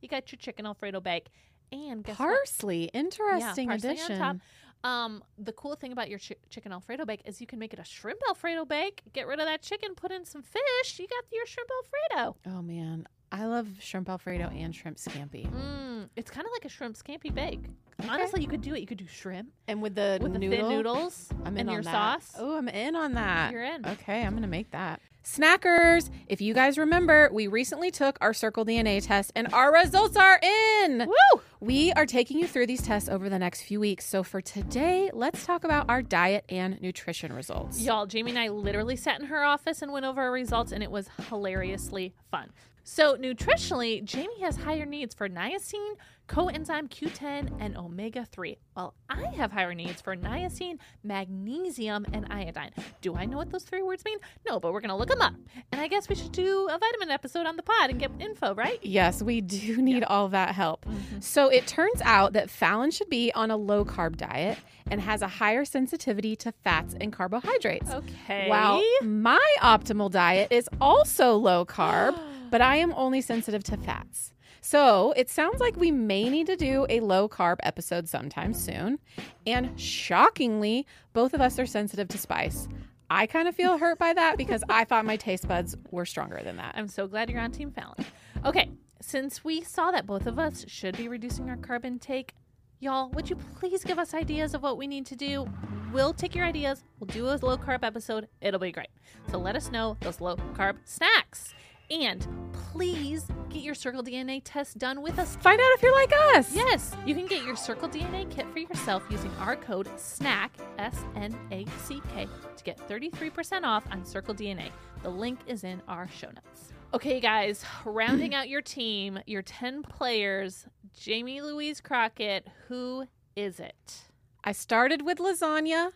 Speaker 2: You got your chicken Alfredo bake. And guess what?
Speaker 1: Parsley, interesting
Speaker 2: parsley on
Speaker 1: addition.
Speaker 2: top. Um, the cool thing about your chi- chicken Alfredo bake is you can make it a shrimp Alfredo bake. Get rid of that chicken, put in some fish. You got your shrimp Alfredo.
Speaker 1: Oh man, I love shrimp alfredo and shrimp scampi.
Speaker 2: Mm, it's kind of like a shrimp scampi bake. Honestly, you could do it. You could do shrimp
Speaker 1: And with the
Speaker 2: with the
Speaker 1: noodle,
Speaker 2: thin noodles
Speaker 1: I'm in
Speaker 2: and
Speaker 1: on
Speaker 2: your
Speaker 1: that.
Speaker 2: sauce.
Speaker 1: Oh, I'm in on that.
Speaker 2: You're in.
Speaker 1: Okay, I'm gonna make that. Snackers, if you guys remember, we recently took our Circle DNA test and our results are in.
Speaker 2: Woo!
Speaker 1: We are taking you through these tests over the next few weeks. So for today, let's talk about our diet and nutrition results.
Speaker 2: Y'all, Jamie and I literally sat in her office and went over our results, and it was hilariously fun. So, nutritionally, Jamie has higher needs for niacin, coenzyme Q10, and omega 3, while I have higher needs for niacin, magnesium, and iodine. Do I know what those three words mean? No, but we're going to look them up. And I guess we should do a vitamin episode on the pod and get info, right?
Speaker 1: Yes, we do (laughs) need all that help. So it turns out that Fallon should be on a low carb diet and has a higher sensitivity to fats and carbohydrates.
Speaker 2: Okay.
Speaker 1: Wow. My optimal diet is also low
Speaker 2: (gasps)
Speaker 1: carb, but I am only sensitive to fats. So it sounds like we may need to do a low carb episode sometime soon. And shockingly, both of us are sensitive to spice. I kind of
Speaker 2: (laughs)
Speaker 1: feel hurt by that because I thought my taste buds were stronger than that.
Speaker 2: I'm so glad you're on Team Fallon. Okay, since we saw that both of us should be reducing our carb intake, y'all, would you please give us ideas of what we need to do? We'll take your ideas, we'll do a low carb episode, it'll be great. So let us know those low carb snacks. And please get your Circle DNA test done with us.
Speaker 1: Find out if you're like us.
Speaker 2: Yes, you can get your Circle DNA kit for yourself using our code SNACK, S N A C K, to get 33% off on Circle DNA. The link is in our show notes. Okay, guys, rounding out your team, your 10 players, Jamie Louise Crockett, who is it?
Speaker 1: I started with lasagna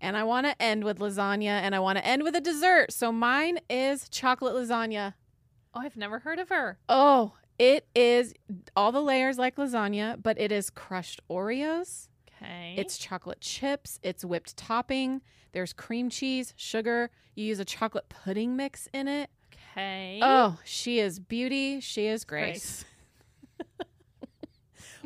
Speaker 1: and I want to end with lasagna and I want to end with a dessert. So mine is chocolate lasagna.
Speaker 2: Oh, I've never heard of her.
Speaker 1: Oh, it is all the layers like lasagna, but it is crushed Oreos.
Speaker 2: Okay.
Speaker 1: It's chocolate chips. It's whipped topping. There's cream cheese, sugar. You use a chocolate pudding mix in it.
Speaker 2: okay.
Speaker 1: Oh, she is beauty. She is grace.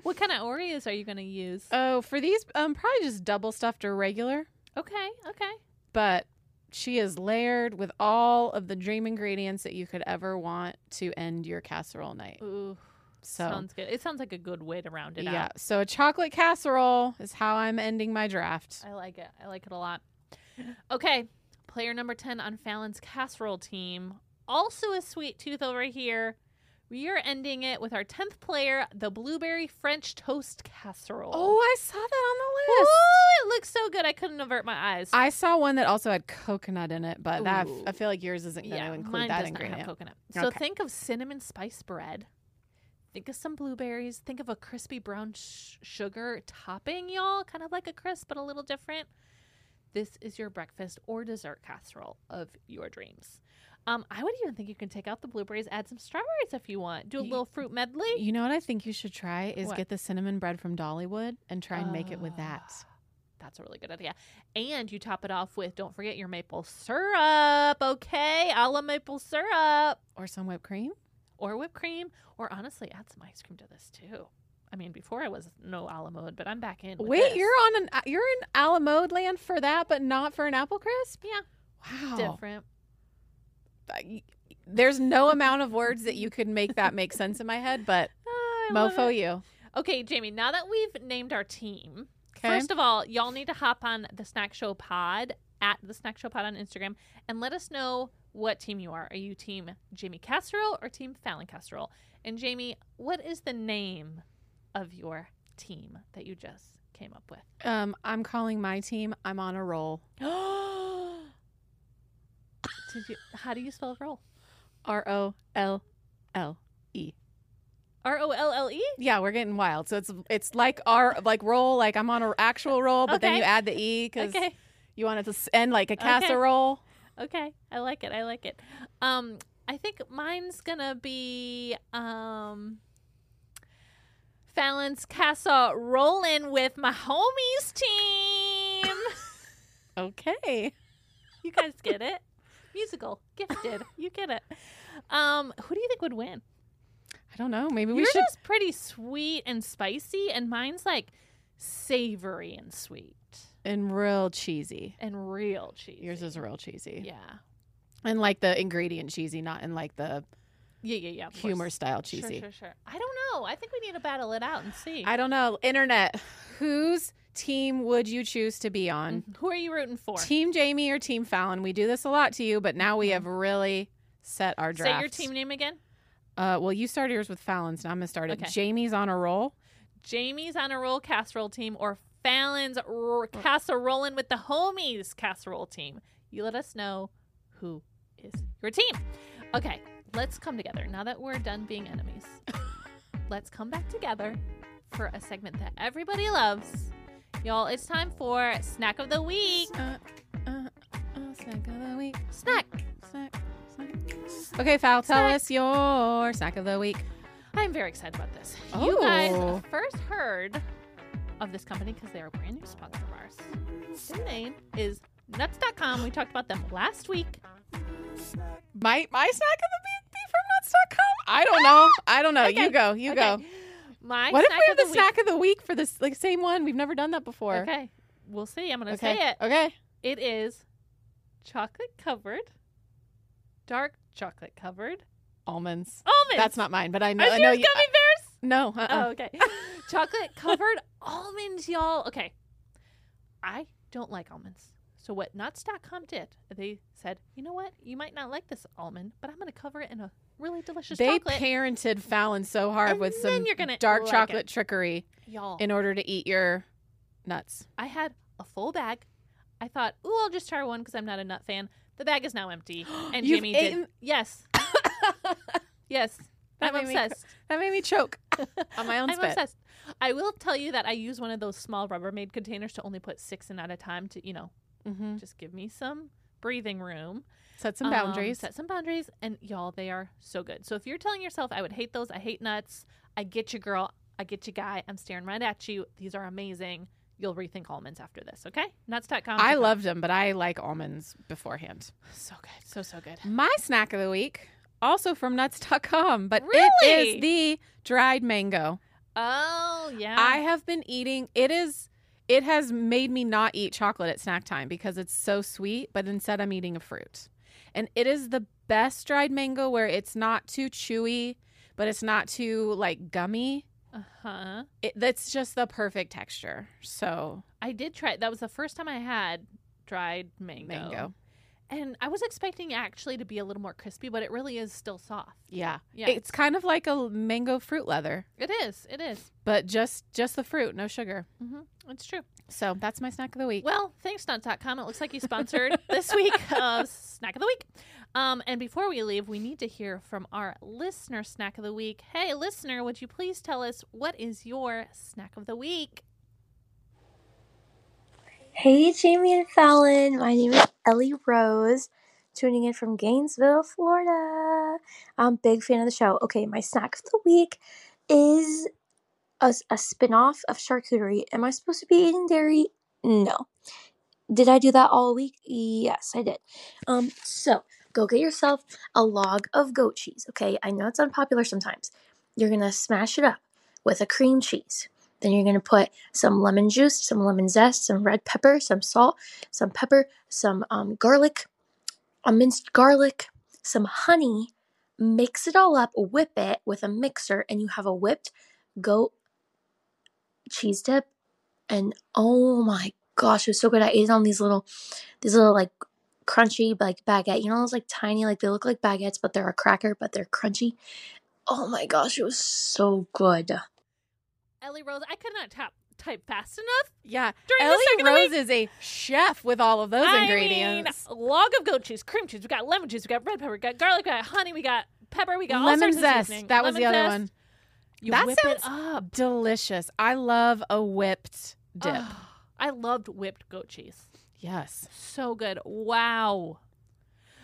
Speaker 2: What kind of Oreos are you going to use?
Speaker 1: Oh, for these, um, probably just double stuffed or regular.
Speaker 2: okay, okay.
Speaker 1: but she is layered with all of the dream ingredients that you could ever want to end your casserole night.
Speaker 2: Ooh,
Speaker 1: So,
Speaker 2: sounds good. It sounds like a good way to round it out.
Speaker 1: yeah. So, a chocolate casserole is how I'm ending my draft.
Speaker 2: I like it. I like it a lot. Okay, player number 10 on Fallon's casserole team, also a sweet tooth over here. We are ending it with our 10th player, the blueberry French toast casserole.
Speaker 1: Oh, I saw that on the
Speaker 2: Ooh,
Speaker 1: list.
Speaker 2: it looks so good. I couldn't avert my eyes.
Speaker 1: I saw one that also had coconut in it, but that
Speaker 2: Ooh.
Speaker 1: I feel like yours isn't going to include
Speaker 2: mine
Speaker 1: that
Speaker 2: does
Speaker 1: ingredient.
Speaker 2: not have coconut. So
Speaker 1: Okay.
Speaker 2: think of cinnamon spice bread. Think of some blueberries. Think of a crispy brown sh- sugar topping, y'all. Kind of like a crisp, but a little different. This is your breakfast or dessert casserole of your dreams. Um, I would even think you can take out the blueberries, add some strawberries if you want. Do a
Speaker 1: Ye-
Speaker 2: little fruit medley.
Speaker 1: You know what I think you should try is
Speaker 2: What?
Speaker 1: get the cinnamon bread from Dollywood and try and make it with that.
Speaker 2: Ah. That's a really good idea. And you top it off with don't forget your maple syrup. Okay, a la maple syrup.
Speaker 1: Or some whipped cream.
Speaker 2: or whipped cream, or honestly, add some ice cream to this too. I mean, before I was no a la mode, but I'm back in. with
Speaker 1: Wait,
Speaker 2: this.
Speaker 1: you're on an uh, you're in Ala mode land for that, but not for an apple crisp?
Speaker 2: Yeah.
Speaker 1: Wow.
Speaker 2: different.
Speaker 1: I- there's no amount of words that you could make that make sense in my head, but
Speaker 2: Ah, (laughs) I love
Speaker 1: mofo
Speaker 2: it.
Speaker 1: you.
Speaker 2: Okay, Jamie. Now that we've named our team, First of all, y'all need to hop on the Snack Show Pod at the Snack Show Pod on Instagram and let us know what team you are. Are you team Jamie Casserole or team Fallon Casserole? And Jamie, what is the name of your team that you just came up with?
Speaker 1: Um, I'm calling my team. I'm on a roll.
Speaker 2: (gasps) Did you? How do you spell roll?
Speaker 1: R O L L. E.
Speaker 2: R O L L E.
Speaker 1: Yeah, we're getting wild. So it's it's like our like roll. Like I'm on an actual roll, but then
Speaker 2: Okay.
Speaker 1: you add the e because
Speaker 2: Okay.
Speaker 1: you want it to s- end like a casserole.
Speaker 2: Okay, I like it. I like it. Um, I think mine's gonna be um, Fallon's Casa rolling with my homies team. (laughs)
Speaker 1: Okay.
Speaker 2: you guys get it? Musical, gifted. You get it. Um, who do you think would win?
Speaker 1: I don't know. Maybe we
Speaker 2: Yours
Speaker 1: should.
Speaker 2: is pretty sweet and spicy, and mine's like savory and sweet
Speaker 1: And real cheesy.
Speaker 2: and real cheese.
Speaker 1: Yours is real cheesy.
Speaker 2: yeah,
Speaker 1: And like the ingredient cheesy, not in like the
Speaker 2: yeah, yeah, yeah. of course.
Speaker 1: humor style
Speaker 2: Sure,
Speaker 1: cheesy.
Speaker 2: Sure, sure. I don't know. I think we need to battle it out and see.
Speaker 1: I don't know. Internet, whose team would you choose to be on?
Speaker 2: Mhm. Who are you rooting for?
Speaker 1: Team Jamie or Team Fallon? We do this a lot to you, but now we have really set our draft.
Speaker 2: Mm-hmm. Say your team name again.
Speaker 1: Uh, well, you started yours with Fallon's. Now I'm gonna start it.
Speaker 2: Okay.
Speaker 1: Jamie's on a roll.
Speaker 2: Jamie's on a roll casserole team or Fallon's r- casserolling with the homies casserole team. You let us know who is your team. Okay, let's come together. Now that we're done being
Speaker 1: (laughs)
Speaker 2: enemies, let's come back together for a segment that everybody loves. Y'all, it's time for Snack of the Week.
Speaker 1: Uh, uh, uh, snack of the week.
Speaker 2: Snack.
Speaker 1: Snack. snack. Okay, Fowl, tell
Speaker 2: Snack.
Speaker 1: us your snack of the week.
Speaker 2: I'm very excited about this. You guys
Speaker 1: Oh.
Speaker 2: first heard of this company because they are a brand new sponsor of ours. Their name is nuts.com. We talked about them last week.
Speaker 1: My my snack of the week be from nuts.com? I don't know. I don't know.
Speaker 2: Okay.
Speaker 1: You go. You go.
Speaker 2: Okay. My
Speaker 1: What if
Speaker 2: snack
Speaker 1: we have
Speaker 2: of the,
Speaker 1: the, snack of the week for this like same one? We've never done that before.
Speaker 2: Week. Okay. We'll see. I'm going to
Speaker 1: Okay. Uh,
Speaker 2: say it.
Speaker 1: Okay.
Speaker 2: It is chocolate covered, dark chocolate covered
Speaker 1: Almonds.
Speaker 2: almonds.
Speaker 1: That's not mine, but I know.
Speaker 2: Is
Speaker 1: I
Speaker 2: yours
Speaker 1: know
Speaker 2: gummy bears?
Speaker 1: no. Uh-uh. (laughs)
Speaker 2: Oh, okay. Chocolate covered (laughs) almonds, y'all. Okay. I don't like almonds. So what nuts.com did, they said, you know what? You might not like this almond, but I'm going to cover it in a really delicious
Speaker 1: They
Speaker 2: chocolate.
Speaker 1: parented Fallon so hard
Speaker 2: And
Speaker 1: with
Speaker 2: then
Speaker 1: some
Speaker 2: you're gonna
Speaker 1: dark
Speaker 2: like
Speaker 1: chocolate
Speaker 2: it.
Speaker 1: trickery
Speaker 2: y'all,
Speaker 1: in order to eat your nuts.
Speaker 2: I had a full bag. I thought, ooh, I'll just try one because I'm not a nut fan. The bag is
Speaker 1: (gasps)
Speaker 2: now empty. (gasps) And
Speaker 1: You've
Speaker 2: Jamie did.
Speaker 1: eaten-
Speaker 2: Yes.
Speaker 1: (laughs)
Speaker 2: yes.
Speaker 1: That
Speaker 2: I'm
Speaker 1: made me cr- (laughs)
Speaker 2: obsessed.
Speaker 1: That made me choke on my own
Speaker 2: I'm
Speaker 1: spit.
Speaker 2: obsessed. I will tell you that I use one of those small Rubbermaid containers to only put six in at a time to, you know,
Speaker 1: Mm-hmm.
Speaker 2: just give me some breathing room
Speaker 1: Set some
Speaker 2: Um,
Speaker 1: boundaries.
Speaker 2: set some boundaries and y'all they are so good so if you're telling yourself i would hate those i hate nuts i get you girl i get you guy i'm staring right at you these are amazing you'll rethink almonds after this okay nuts.com
Speaker 1: I
Speaker 2: check it
Speaker 1: loved them, but I like almonds beforehand.
Speaker 2: out. so good so so good
Speaker 1: My snack of the week, also from nuts.com, but it
Speaker 2: Really?
Speaker 1: is the dried mango.
Speaker 2: oh yeah
Speaker 1: I have been eating it is it has made me not eat chocolate at snack time because it's so sweet, but instead I'm eating a fruit. And it is the best dried mango where it's not too chewy, but it's not too like gummy.
Speaker 2: uh-huh
Speaker 1: It, that's just the perfect texture. So
Speaker 2: i did try that was the first time i had dried mango
Speaker 1: mango.
Speaker 2: and i was expecting actually to be a little more crispy but it really is still soft
Speaker 1: Yeah.
Speaker 2: yeah
Speaker 1: It's kind of like a mango fruit leather,
Speaker 2: it is it is
Speaker 1: but just just the fruit, no sugar.
Speaker 2: mm-hmm. it's true
Speaker 1: So that's my snack of the week.
Speaker 2: Well, thanks, Nuts.com. It looks like you sponsored (laughs) this week of Snack of the Week. Um, and before we leave, we need to hear from our listener Snack of the Week. Hey, listener, would you please tell us what is your Snack of the Week?
Speaker 5: Hey, Jamie and Fallon. My name is Ellie Rose, tuning in from Gainesville, Florida. I'm a big fan of the show. Okay, my snack of the week is a, a spin off of charcuterie. Am I supposed to be eating dairy? No. Did I do that all week? Yes, I did. Um, so go get yourself a log of goat cheese, okay? I know it's unpopular sometimes. You're gonna smash it up with a cream cheese. Then you're gonna put some lemon juice, some lemon zest, some red pepper, some salt, some pepper, some um, garlic, a minced garlic, some honey. Mix it all up, whip it with a mixer, and you have a whipped goat cheese dip and oh my gosh, it was so good. I ate it on these little, these little like crunchy like baguette. You know those like tiny like they look like baguettes, but they're a cracker, but they're crunchy. Oh my gosh, it was so good.
Speaker 2: Ellie Rose, I could not tap, type fast enough
Speaker 1: Yeah.
Speaker 2: during the
Speaker 1: Ellie
Speaker 2: second
Speaker 1: Rose
Speaker 2: week.
Speaker 1: is a chef with all of those
Speaker 2: I
Speaker 1: ingredients.
Speaker 2: mean, oh log of goat cheese, cream cheese. We got lemon juice. We got red pepper. We got garlic. We got honey. We got pepper. We got all
Speaker 1: Lemon
Speaker 2: sorts this
Speaker 1: zest.
Speaker 2: evening.
Speaker 1: That was the
Speaker 2: Lemon
Speaker 1: other
Speaker 2: zest.
Speaker 1: one.
Speaker 2: You
Speaker 1: That
Speaker 2: whip it
Speaker 1: sounds
Speaker 2: up.
Speaker 1: Delicious. I love a whipped dip.
Speaker 2: Ugh. (sighs) I loved whipped goat cheese.
Speaker 1: Yes.
Speaker 2: So good. Wow.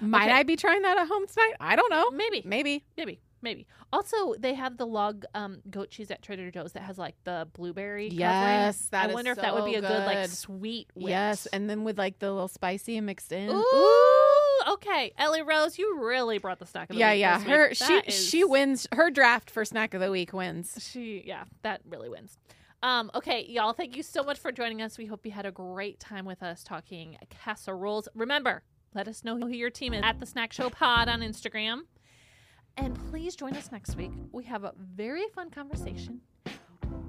Speaker 1: Might
Speaker 2: Okay.
Speaker 1: I be trying that at home tonight? I don't know.
Speaker 2: Maybe.
Speaker 1: Maybe.
Speaker 2: Maybe. Maybe. Also, they have the log um, goat cheese at Trader Joe's that has like the blueberry.
Speaker 1: Yes,
Speaker 2: Covering.
Speaker 1: that
Speaker 2: I
Speaker 1: is
Speaker 2: wonder if that would
Speaker 1: so
Speaker 2: be a good, like
Speaker 1: good.
Speaker 2: sweet. Whipped.
Speaker 1: Yes. And then with like the little spicy and mixed in.
Speaker 2: Ooh. Okay, Ellie Rose, you really brought the snack of the
Speaker 1: Yeah,
Speaker 2: week
Speaker 1: yeah.
Speaker 2: this
Speaker 1: Her
Speaker 2: week.
Speaker 1: she
Speaker 2: That is-
Speaker 1: she wins her draft for snack of the week wins.
Speaker 2: She yeah, that really wins. Um, okay, y'all, thank you so much for joining us. We hope you had a great time with us talking casseroles. Remember, let us know who your team is at the Snack Show Pod on Instagram. And please join us next week. We have a very fun conversation.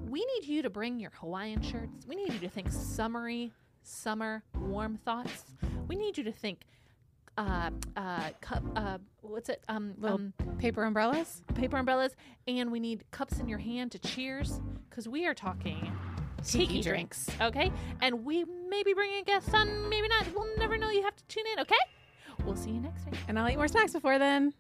Speaker 2: We need you to bring your Hawaiian shirts. We need you to think summery, summer, warm thoughts. We need you to think uh uh cup uh what's it um,
Speaker 1: Little
Speaker 2: um
Speaker 1: Paper umbrellas?
Speaker 2: paper umbrellas, and we need cups in your hand to cheers because we are talking tiki,
Speaker 1: Tiki
Speaker 2: drinks. Okay. And we may be bringing a guest on, maybe not. We'll never know. You have to tune in. Okay. We'll see you next week.
Speaker 1: And I'll eat more snacks before then.